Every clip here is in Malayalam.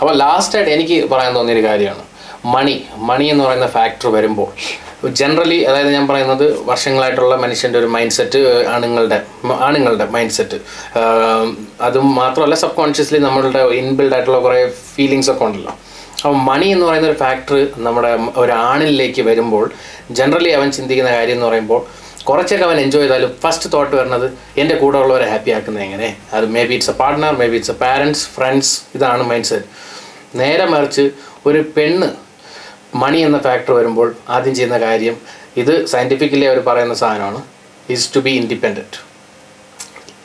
അപ്പോൾ ലാസ്റ്റായിട്ട് എനിക്ക് പറയാൻ തോന്നിയൊരു കാര്യമാണ് മണി മണി എന്ന് പറയുന്ന ഫാക്ടർ വരുമ്പോൾ ജനറലി അതായത് ഞാൻ പറയുന്നത് വർഷങ്ങളായിട്ടുള്ള മനുഷ്യൻ്റെ ഒരു മൈൻഡ് സെറ്റ് ആണുങ്ങളുടെ മ- ആണുങ്ങളുടെ മൈൻഡ് സെറ്റ് അതും മാത്രമല്ല സബ് കോൺഷ്യസ്ലി നമ്മളുടെ ഇൻബിൽഡ് ആയിട്ടുള്ള കുറേ ഫീലിങ്സ് ഒക്കെ ഉണ്ടല്ലോ അപ്പോൾ മണി എന്ന് പറയുന്ന ഒരു ഫാക്ടർ നമ്മുടെ മ- ഒരു ആണിലേക്ക് വരുമ്പോൾ ജനറലി അവൻ ചിന്തിക്കുന്ന കാര്യം എന്ന് പറയുമ്പോൾ കുറച്ചൊക്കെ അവൻ എൻജോയ് ചെയ്താലും ഫസ്റ്റ് തോട്ട് വരുന്നത് എൻ്റെ കൂടെ ഉള്ളവരെ ഹാപ്പി ആക്കുന്നത് എങ്ങനെ അത് may be it's a partner may be it's a parents friends ഇതാണ് മൈൻഡ് സെറ്റ് നേരെ മറിച്ച് ഒരു പെണ്ണ് മണി എന്ന ഫാക്ടർ വരുമ്പോൾ ആദ്യം ചെയ്യുന്ന കാര്യം ഇത് സയൻറ്റിഫിക്കലി അവർ പറയുന്ന സാധനമാണ് is to be independent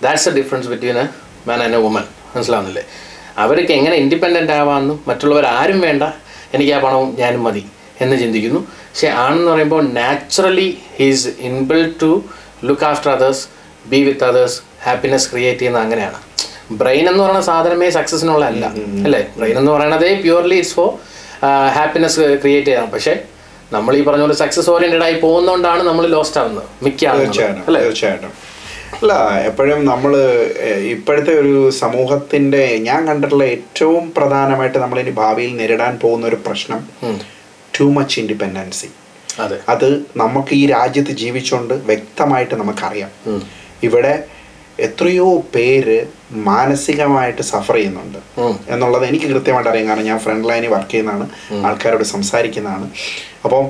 that's a difference between a man and a woman മനസ്സിലാവുന്നില്ലേ അവർക്ക് എങ്ങനെ ഇൻഡിപെൻഡൻ്റ് ആവാമെന്നും മറ്റുള്ളവർ ആരും വേണ്ട എനിക്ക് ആ പണവും ഞാനും മതി എന്ന് ചിന്തിക്കുന്നു പക്ഷേ ആണെന്ന് പറയുമ്പോൾ naturally he's enable to look after others be with others happiness create ചെയ്യുന്ന അങ്ങനെയാണ് ബ്രെയിൻ എന്ന് പറയുന്ന സാധനമേ സക്സസിനുള്ളതല്ല അല്ലേ ബ്രെയിൻ എന്ന് പറയണതേ purely it's for happiness create ചെയ്യാൻ പക്ഷേ നമ്മൾ ഈ പറഞ്ഞ പോലെ സക്സസ് ഓറിയൻറ്റഡ് ആയി പോകുന്നതുകൊണ്ടാണ് നമ്മൾ ലോസ്റ്റ് ആവുന്നത് മിക്ക ആളുകളും തീർച്ചയായിട്ടും തീർച്ചയായിട്ടും അല്ല എപ്പോഴും നമ്മൾ ഇപ്പോഴത്തെ ഒരു സമൂഹത്തിന്റെ ഞാൻ കണ്ടിട്ടുള്ള ഏറ്റവും പ്രധാനമായിട്ട് നമ്മൾ ഇനി ഭാവിയിൽ നേരിടാൻ പോകുന്ന ഒരു പ്രശ്നം ടു മച്ച് ഇൻഡിപെൻഡൻസി അതെ അത് നമുക്ക് ഈ രാജ്യത്ത് ജീവിച്ചുകൊണ്ട് വ്യക്തമായിട്ട് നമുക്കറിയാം ഉം. ഇവിടെ എത്രയോ പേര് മാനസികമായിട്ട് സഫർ ചെയ്യുന്നുണ്ട് ഉം. എന്നുള്ളത് എനിക്ക് കൃത്യമായിട്ട് അറിയാം കാരണം ഞാൻ ഫ്രണ്ട് ലൈനിൽ വർക്ക് ചെയ്യുന്നതാണ് ആൾക്കാരോട് സംസാരിക്കുന്നതാണ് അപ്പോൾ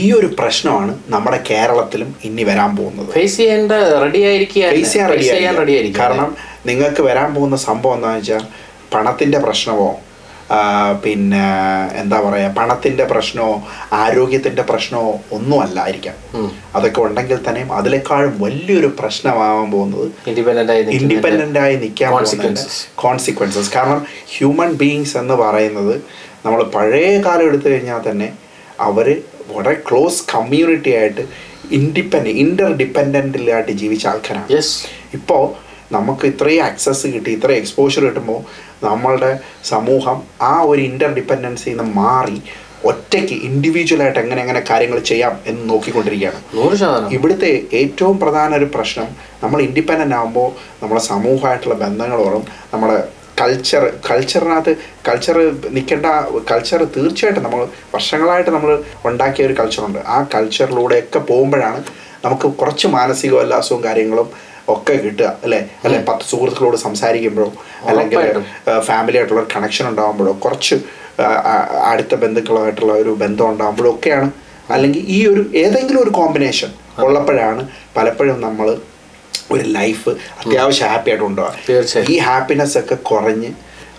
ഈ ഒരു പ്രശ്നമാണ് നമ്മുടെ കേരളത്തിലും ഇനി വരാൻ പോകുന്നത് ഫേസ് ചെയ്യേണ്ട റെഡി ആയിരിക്കുക ഫേസ് ചെയ്യാൻ ഫേസ് ചെയ്യാൻ റെഡി റെഡിയായിരിക്കും ആയിരിക്കുക കാരണം നിങ്ങൾക്ക് വരാൻ പോകുന്ന സംഭവം എന്താ വെച്ചാൽ പണത്തിൻ്റെ പ്രശ്നമോ ആ, പിന്നെ എന്താ പറയുക പണത്തിൻ്റെ പ്രശ്നമോ ആരോഗ്യത്തിൻ്റെ പ്രശ്നമോ ഒന്നും അല്ലായിരിക്കാം അതൊക്കെ ഉണ്ടെങ്കിൽ തന്നെയും അതിനേക്കാളും വലിയൊരു പ്രശ്നമാവാൻ പോകുന്നത് ഇൻഡിപെൻഡന്റ് ആയി നിൽക്കുന്നതിന്റെ- ഇൻഡിപെൻഡൻ്റ് ആയി നിൽക്കാൻ Consequences. കോൺസിക്വൻസസ് കാരണം ഹ്യൂമൻ ബീങ്സ് എന്ന് പറയുന്നത് നമ്മൾ പഴയ കാലം എടുത്തു കഴിഞ്ഞാൽ തന്നെ അവർ വളരെ ക്ലോസ് കമ്മ്യൂണിറ്റി ആയിട്ട് ഇൻഡിപെൻഡ് ഇൻ്റർ ഡിപ്പെൻഡൻ്റിലായിട്ട് ജീവിച്ച ആൾക്കാരാണ് Yes. ഇപ്പോൾ നമുക്ക് ഇത്രയും ആക്സസ് കിട്ടി ഇത്രയും എക്സ്പോഷർ കിട്ടുമ്പോൾ നമ്മളുടെ സമൂഹം ആ ഒരു ഇൻ്റർ ഡിപ്പെൻഡൻസിൽ നിന്ന് മാറി ഒറ്റയ്ക്ക് ഇൻഡിവിജ്വലായിട്ട് എങ്ങനെ എങ്ങനെ കാര്യങ്ങൾ ചെയ്യാം എന്ന് നോക്കിക്കൊണ്ടിരിക്കുകയാണ് നൂറ് ശതമാനം ഇവിടുത്തെ ഏറ്റവും പ്രധാന ഒരു പ്രശ്നം നമ്മൾ ഇൻഡിപെൻഡൻ്റ് ആകുമ്പോൾ നമ്മുടെ സമൂഹമായിട്ടുള്ള ബന്ധങ്ങൾ ഉറവും നമ്മുടെ കൾച്ചർ കൾച്ചറിനകത്ത് കൾച്ചർ നിൽക്കേണ്ട കൾച്ചർ തീർച്ചയായിട്ടും നമ്മൾ വർഷങ്ങളായിട്ട് നമ്മൾ ഉണ്ടാക്കിയ ഒരു കൾച്ചറുണ്ട് ആ കൾച്ചറിലൂടെയൊക്കെ പോകുമ്പോഴാണ് നമുക്ക് കുറച്ച് മാനസിക ഉല്ലാസവും കാര്യങ്ങളും ഒക്കെ കിട്ടുക അല്ലേ അല്ലെ പത്ത് സുഹൃത്തുക്കളോട് സംസാരിക്കുമ്പോഴോ അല്ലെങ്കിൽ ഉറപ്പായിട്ടും. ഫാമിലിയായിട്ടുള്ള ഒരു കണക്ഷൻ ഉണ്ടാകുമ്പോഴോ കുറച്ച് ആ, ആ, അടുത്ത ബന്ധുക്കളുമായിട്ടുള്ള ഒരു ബന്ധം ഉണ്ടാകുമ്പോഴോ ഒക്കെയാണ് അല്ലെങ്കിൽ ഈ ഒരു ഏതെങ്കിലും ഒരു കോമ്പിനേഷൻ ഉള്ളപ്പോഴാണ് പലപ്പോഴും നമ്മൾ ഒരു ലൈഫ് അത്യാവശ്യം ഹാപ്പി ആയിട്ട് ഉണ്ടാവുക തീർച്ചയായും. ഈ ഹാപ്പിനെസ് ഒക്കെ കുറഞ്ഞ്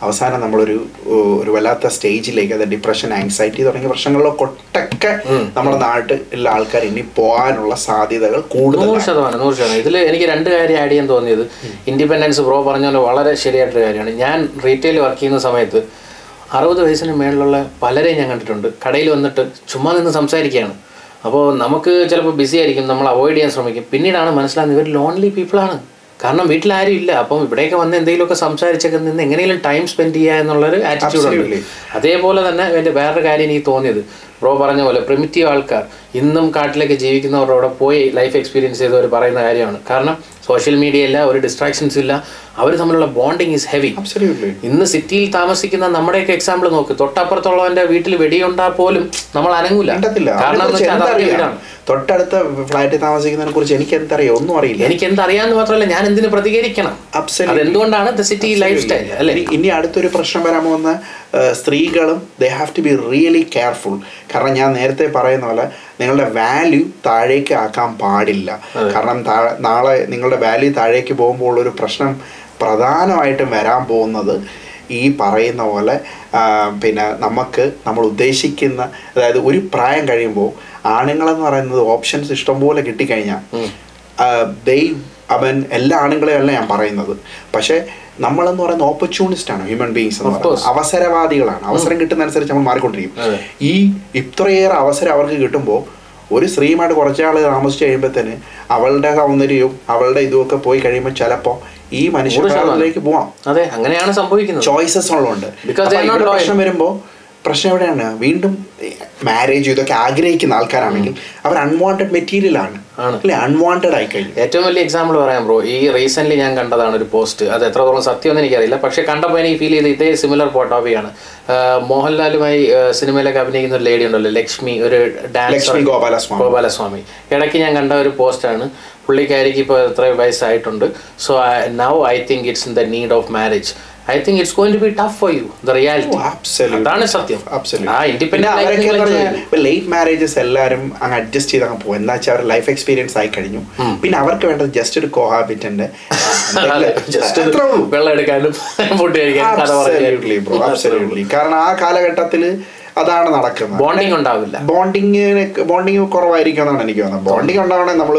അവസാനം നമ്മളൊരു ഏഹ്, ഒരു വല്ലാത്ത സ്റ്റേജിലേക്ക് അത് ഡിപ്രഷൻ ആങ്സൈറ്റി തുടങ്ങിയ പ്രശ്നങ്ങളിലൊക്കെ ഒട്ടൊക്കെ നമ്മുടെ നാട്ടിലുള്ള ആൾക്കാർ ഇനി പോകാനുള്ള സാധ്യതകൾ കൂടുതലാണ് നൂറ് ശതമാനം നൂറ് ശതമാനം ഇതിൽ എനിക്ക് രണ്ട് കാര്യം ആഡ് ചെയ്യാൻ തോന്നിയത് ഇൻഡിപെൻഡൻസ് ബ്രോ പറഞ്ഞ പോലെ വളരെ ശരിയായിട്ടൊരു കാര്യമാണ് ഞാൻ റീറ്റെയിൽ വർക്ക് ചെയ്യുന്ന സമയത്ത് അറുപത് വയസ്സിന് മേളിലുള്ള പലരെയും ഞാൻ കണ്ടിട്ടുണ്ട് കടയിൽ വന്നിട്ട് ചുമ്മാ നിന്ന് സംസാരിക്കുകയാണ് അപ്പോൾ നമുക്ക് ചിലപ്പോൾ ബിസി ആയിരിക്കും നമ്മൾ അവോയ്ഡ് ചെയ്യാൻ ശ്രമിക്കും പിന്നീടാണ് മനസ്സിലാകുന്നത് ഇവർ ലോൺലി പീപ്പിളാണ് കാരണം വീട്ടിലാരും ഇല്ല അപ്പം ഇവിടെയൊക്കെ വന്ന് എന്തെങ്കിലുമൊക്കെ സംസാരിച്ചൊക്കെ നിന്ന് എങ്ങനെയെങ്കിലും ടൈം സ്പെൻഡ് ചെയ്യുക എന്നുള്ളൊരു ആറ്റിറ്റ്യൂഡ് ഉണ്ട് Absolutely. അതേപോലെ തന്നെ എൻ്റെ വേറൊരു കാര്യം എനിക്ക് തോന്നിയത് ബ്രോ പറഞ്ഞ പോലെ പ്രിമിറ്റീവ് ആൾക്കാർ ഇന്നും കാട്ടിലൊക്കെ ജീവിക്കുന്നവരുടെ അവിടെ പോയി ലൈഫ് എക്സ്പീരിയൻസ് ചെയ്തവർ പറയുന്ന കാര്യമാണ് കാരണം സോഷ്യൽ മീഡിയ ഇല്ല ഒരു ഡിസ്ട്രാക്ഷൻസ് ഇല്ല അവർ തമ്മിലുള്ള ബോണ്ടിങ് ഈസ് ഹെവി Absolutely. ഇന്ന് സിറ്റിയിൽ താമസിക്കുന്ന നമ്മുടെയൊക്കെ എക്സാമ്പിൾ നോക്ക് തൊട്ടപ്പുറത്തുള്ളവന്റെ വീട്ടിൽ വെടിയുണ്ടാ പോലും നമ്മൾ അനങ്ങൂല കണ്ടെത്തില്ല കാരണം എന്ന് അതിനെക്കുറിച്ച് വെച്ചാൽ അത് അവരുടെ എന്തറിയാം വീടാണ് തൊട്ടടുത്ത ഫ്ലാറ്റിൽ താമസിക്കുന്നതിനെ കുറിച്ച് എനിക്ക് എന്തറിയാം ഒന്നും അറിയില്ല എനിക്ക് എന്തറിയാന്ന് മാത്രമല്ല ഞാൻ എന്തിനു പ്രതികരിക്കണം Absolutely. അതെന്തുകൊണ്ടാണ് ദ സിറ്റി ലൈഫ് സ്റ്റൈൽ അല്ലേ ഇനി- ഇനി അടുത്തൊരു പ്രശ്നം വരാൻ പോകുന്ന ഏഹ്, സ്ത്രീകളും they have to be really careful കാരണം ഞാൻ നേരത്തെ പറയുന്ന പോലെ നിങ്ങളുടെ വാല്യൂ താഴേക്ക് ആക്കാൻ പാടില്ല കാരണം താഴെ- നാളെ നിങ്ങളുടെ വാല്യൂ താഴേക്ക് പോകുമ്പോൾ ഉള്ളൊരു പ്രശ്നം പ്രധാനമായിട്ടും വരാൻ പോകുന്നത് ഈ പറയുന്ന പോലെ ആ, പിന്നെ നമുക്ക് നമ്മൾ ഉദ്ദേശിക്കുന്ന അതായത് ഒരു പ്രായം കഴിയുമ്പോൾ ആണുങ്ങളെന്ന് പറയുന്നത് ഓപ്ഷൻസ് ഇഷ്ടംപോലെ കിട്ടിക്കഴിഞ്ഞാൽ ദൈവ് അവൻ എല്ലാ ആണുങ്ങളെയും അല്ല ഞാൻ പറയുന്നത് പക്ഷേ നമ്മളെന്ന് പറയുന്ന ഓപ്പർച്യൂണിസ്റ്റ് ആണ് ഹ്യൂമൻ ബീങ്സ് എന്ന് course. പറയുന്നത് അവസരവാദികളാണ് അവസരം കിട്ടുന്ന അനുസരിച്ച് നമ്മൾ മാറിക്കൊണ്ടിരിക്കും അതെ. ഈ ഇത്രയേറെ അവസരം അവർക്ക് കിട്ടുമ്പോൾ ഒരു സ്ത്രീയുമായിട്ട് കുറച്ചാൾ താമസിച്ച് കഴിയുമ്പോഴത്തേന് അവളുടെ സൗന്ദര്യവും അവളുടെ ഇതുമൊക്കെ പോയി കഴിയുമ്പോൾ ചിലപ്പോൾ ഈ നൂറ് ശതമാനം. മനുഷ്യരിലേക്ക് പോവാം അതെ അങ്ങനെയാണ് സംഭവിക്കുന്നത് ചോയ്സസ് ഉള്ളതുണ്ട് Because they are അപ്പൊ not ഇവിടെ loyal. പ്രശ്നം വരുമ്പോൾ പ്രശ്നം എവിടെയാണ് വീണ്ടും മാരേജ് ഇതൊക്കെ ആഗ്രഹിക്കുന്ന ആൾക്കാരാണെങ്കിൽ അവർ അൺവാണ്ടഡ് മെറ്റീരിയൽ ആണ് ആണ്. അല്ലെ അൺവാണ്ടഡ് ആയി കഴിഞ്ഞു ഏറ്റവും വലിയ എക്സാമ്പിൾ പറയാം ബ്രോ ഈ റീസെന്റ് ഞാൻ കണ്ടതാണ് ഒരു പോസ്റ്റ് അത് എത്രത്തോളം സത്യമെന്ന് എനിക്കറിയില്ല പക്ഷെ കണ്ടപ്പോൾ എനിക്ക് ഫീൽ ചെയ്ത് ഇതേ സിമിലർ ഫോട്ടോപ്പിയാണ് മോഹൻലാലുമായി ആ, സിനിമയിലൊക്കെ അഭിനയിക്കുന്ന ഒരു ലേഡി ഉണ്ടല്ലോ ലക്ഷ്മി ഒരു ഡാൻസർ ലക്ഷ്മി ഗോപാലസ്വാമി ഗോപാലസ്വാമി ഇടയ്ക്ക് ഞാൻ കണ്ട ഒരു പോസ്റ്റാണ് പുള്ളിക്കാരിക്ക് ഇപ്പോൾ എത്ര വയസ്സായിട്ടുണ്ട് so now I think it's in the need of marriage I think it's going to be tough for you the reality Oh, Absolutely. അതാണ് സത്യം Absolutely. ആ പിന്നെ അവരൊക്കെ എന്ന് ഇൻഡിപെൻഡന്റ് പറഞ്ഞാൽ ഇപ്പൊ ലേറ്റ് മാരേജസ് എല്ലാവരും അങ്ങ് അഡ്ജസ്റ്റ് ചെയ്ത് അങ്ങ് പോകും എന്താ വെച്ചാൽ അവരുടെ ലൈഫ് എക്സ്പീരിയൻസ് ആയി കഴിഞ്ഞു പിന്നെ അവർക്ക് വേണ്ടത് ജസ്റ്റ് ഒരു കോഹാബിറ്റന്റ് ജസ്റ്റ് വെള്ളം എടുക്കാനും ഫുഡ് കഴിക്കാനും കഥ Absolutely, bro. പറയാനും Absolutely. കാരണം ആ കാലഘട്ടത്തിൽ അതാണ് നടക്കുന്നത് ബോണ്ടിങ് ഉണ്ടാവില്ല ബോണ്ടിങ്ങിന് ബോണ്ടിങ് കുറവായിരിക്കും എന്നാണ് എനിക്ക് തോന്നുന്നത് ബോണ്ടിങ് ഉണ്ടാവണേ നമ്മൾ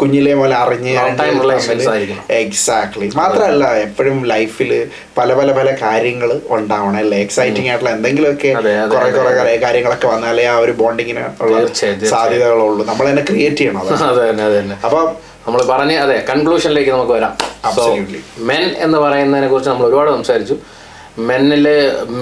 കുഞ്ഞിലെ മുതൽ അറിഞ്ഞ് Long time relations ആയിരിക്കണം. എക്സാക്ട്ലി മാത്രമല്ല എപ്പോഴും ലൈഫിൽ പല പല പല കാര്യങ്ങൾ ഉണ്ടാവണം അല്ലെ എക്സൈറ്റിംഗ് ആയിട്ടുള്ള എന്തെങ്കിലുമൊക്കെ അതെ, അതെ, കുറെ അതെ, കുറെ കുറെ കാര്യങ്ങളൊക്കെ വന്നാലേ ആ ഒരു ബോണ്ടിങ്ങിന് ഉള്ള തീർച്ചയായും, തീർച്ചയായും. സാധ്യതകളുള്ളൂ നമ്മൾ തന്നെ ക്രിയേറ്റ് ചെയ്യണം അത് അതെ തന്നെ അതെ തന്നെ അപ്പൊ നമ്മൾ പറഞ്ഞ അതെ കൺക്ലൂഷനിലേക്ക് നമുക്ക് വരാം Absolutely. മെൻ എന്ന് പറയുന്നതിനെ കുറിച്ച് നമ്മൾ ഒരുപാട് സംസാരിച്ചു മെന്നിൽ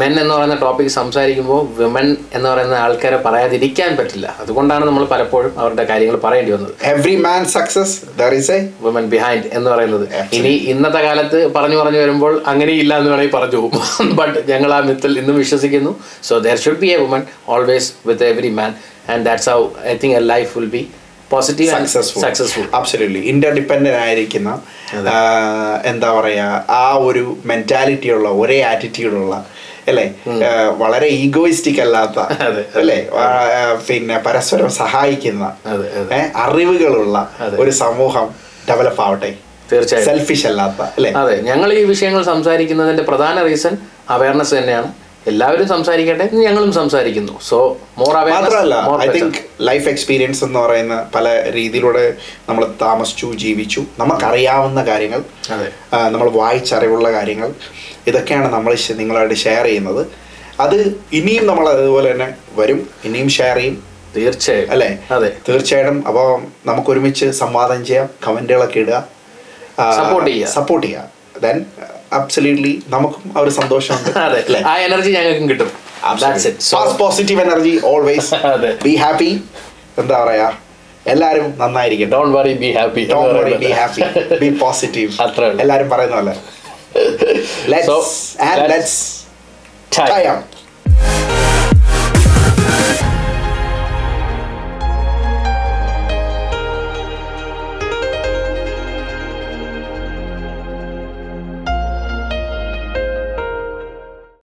മെൻ എന്ന് പറയുന്ന ടോപ്പിക് സംസാരിക്കുമ്പോൾ വിമൻ എന്ന് പറയുന്ന ആൾക്കാരെ പറയാതിരിക്കാൻ പറ്റില്ല അതുകൊണ്ടാണ് നമ്മൾ പലപ്പോഴും അവരുടെ കാര്യങ്ങൾ പറയേണ്ടി വന്നത് every man success there is a women behind എന്ന് പറയുന്നത് ഇനി ഇന്നത്തെ കാലത്ത് പറഞ്ഞു പറഞ്ഞു വരുമ്പോൾ അങ്ങനെ ഇല്ല എന്ന് വേണമെങ്കിൽ പറഞ്ഞു പോകും ബട്ട് ഞങ്ങൾ ആ മിത്തിൽ ഇന്നും വിശ്വസിക്കുന്നു so there should be a woman always with every man and that's how I think a life will be positive successful successful absolutely interdependent ആയിരിക്കുന്ന ആ, എന്താ പറയാ ആ ഒരു മെന്റാലിറ്റി ഉള്ള ഒരേ ആറ്റിറ്റ്യൂഡ് ഉള്ള അല്ലേ ആ, വളരെ ഈഗോയിസ്റ്റിക് അല്ലാത്ത അതെ. അല്ലേ ആ, ആ, പിന്നെ പരസ്പരം സഹായിക്കുന്ന അതെ, ഏ, അറിവുകളുള്ള അതെ. ഒരു സമൂഹം ഡെവലപ്പ് ആവട്ടെ തീർച്ചയായും സെൽഫിഷ് അല്ലാത്ത അല്ലേ അതെ ഞങ്ങൾ ഈ വിഷയങ്ങൾ സംസാരിക്കുന്നതിന്റെ പ്രധാന റീസൺ അവയർനെസ് തന്നെയാണ് എല്ലാവരും സംസാരിക്കട്ടെ എന്ന് ഞങ്ങളും സംസാരിക്കുന്നു സോ മോർ മാത്രമല്ല I awareness think life experience എന്ന് പറയുന്ന പല രീതിയിലൂടെ നമ്മൾ താമസിച്ചു ജീവിച്ചു നമുക്കറിയാവുന്ന കാര്യങ്ങൾ അതെ. നമ്മൾ വായിച്ചറിവുള്ള കാര്യങ്ങൾ ഇതൊക്കെയാണ് നമ്മൾ ശ- നിങ്ങളായിട്ട് ഷെയർ ചെയ്യുന്നത് അത് ഇനിയും നമ്മൾ അതുപോലെ തന്നെ വരും ഇനിയും ഷെയർ ചെയ്യും തീർച്ചയായും അല്ലേ അതെ തീർച്ചയായിട്ടും അപ്പോൾ നമുക്ക് ഒരുമിച്ച് സംവാദം ചെയ്യാം കമൻറ്റുകളൊക്കെ ഇടുക Support ചെയ്യുക. സപ്പോർട്ട് ചെയ്യുക ദെൻ അബ്സല്യൂട്ട്ലി നമുക്കും ആ ഒരു സന്തോഷമുണ്ട് അതെ ആ എനർജി ഞങ്ങൾക്കും കിട്ടും That's it. So- positive energy always അതെ. ബി ഹാപ്പി എന്താ പറയാ എല്ലാരും നന്നായിരിക്കട്ടെ don't worry be happy Don't worry, be happy. Be positive. അത്രേ ഉള്ളൂ. എല്ലാരും പറയുന്ന പോലെ let's So, and let's let's time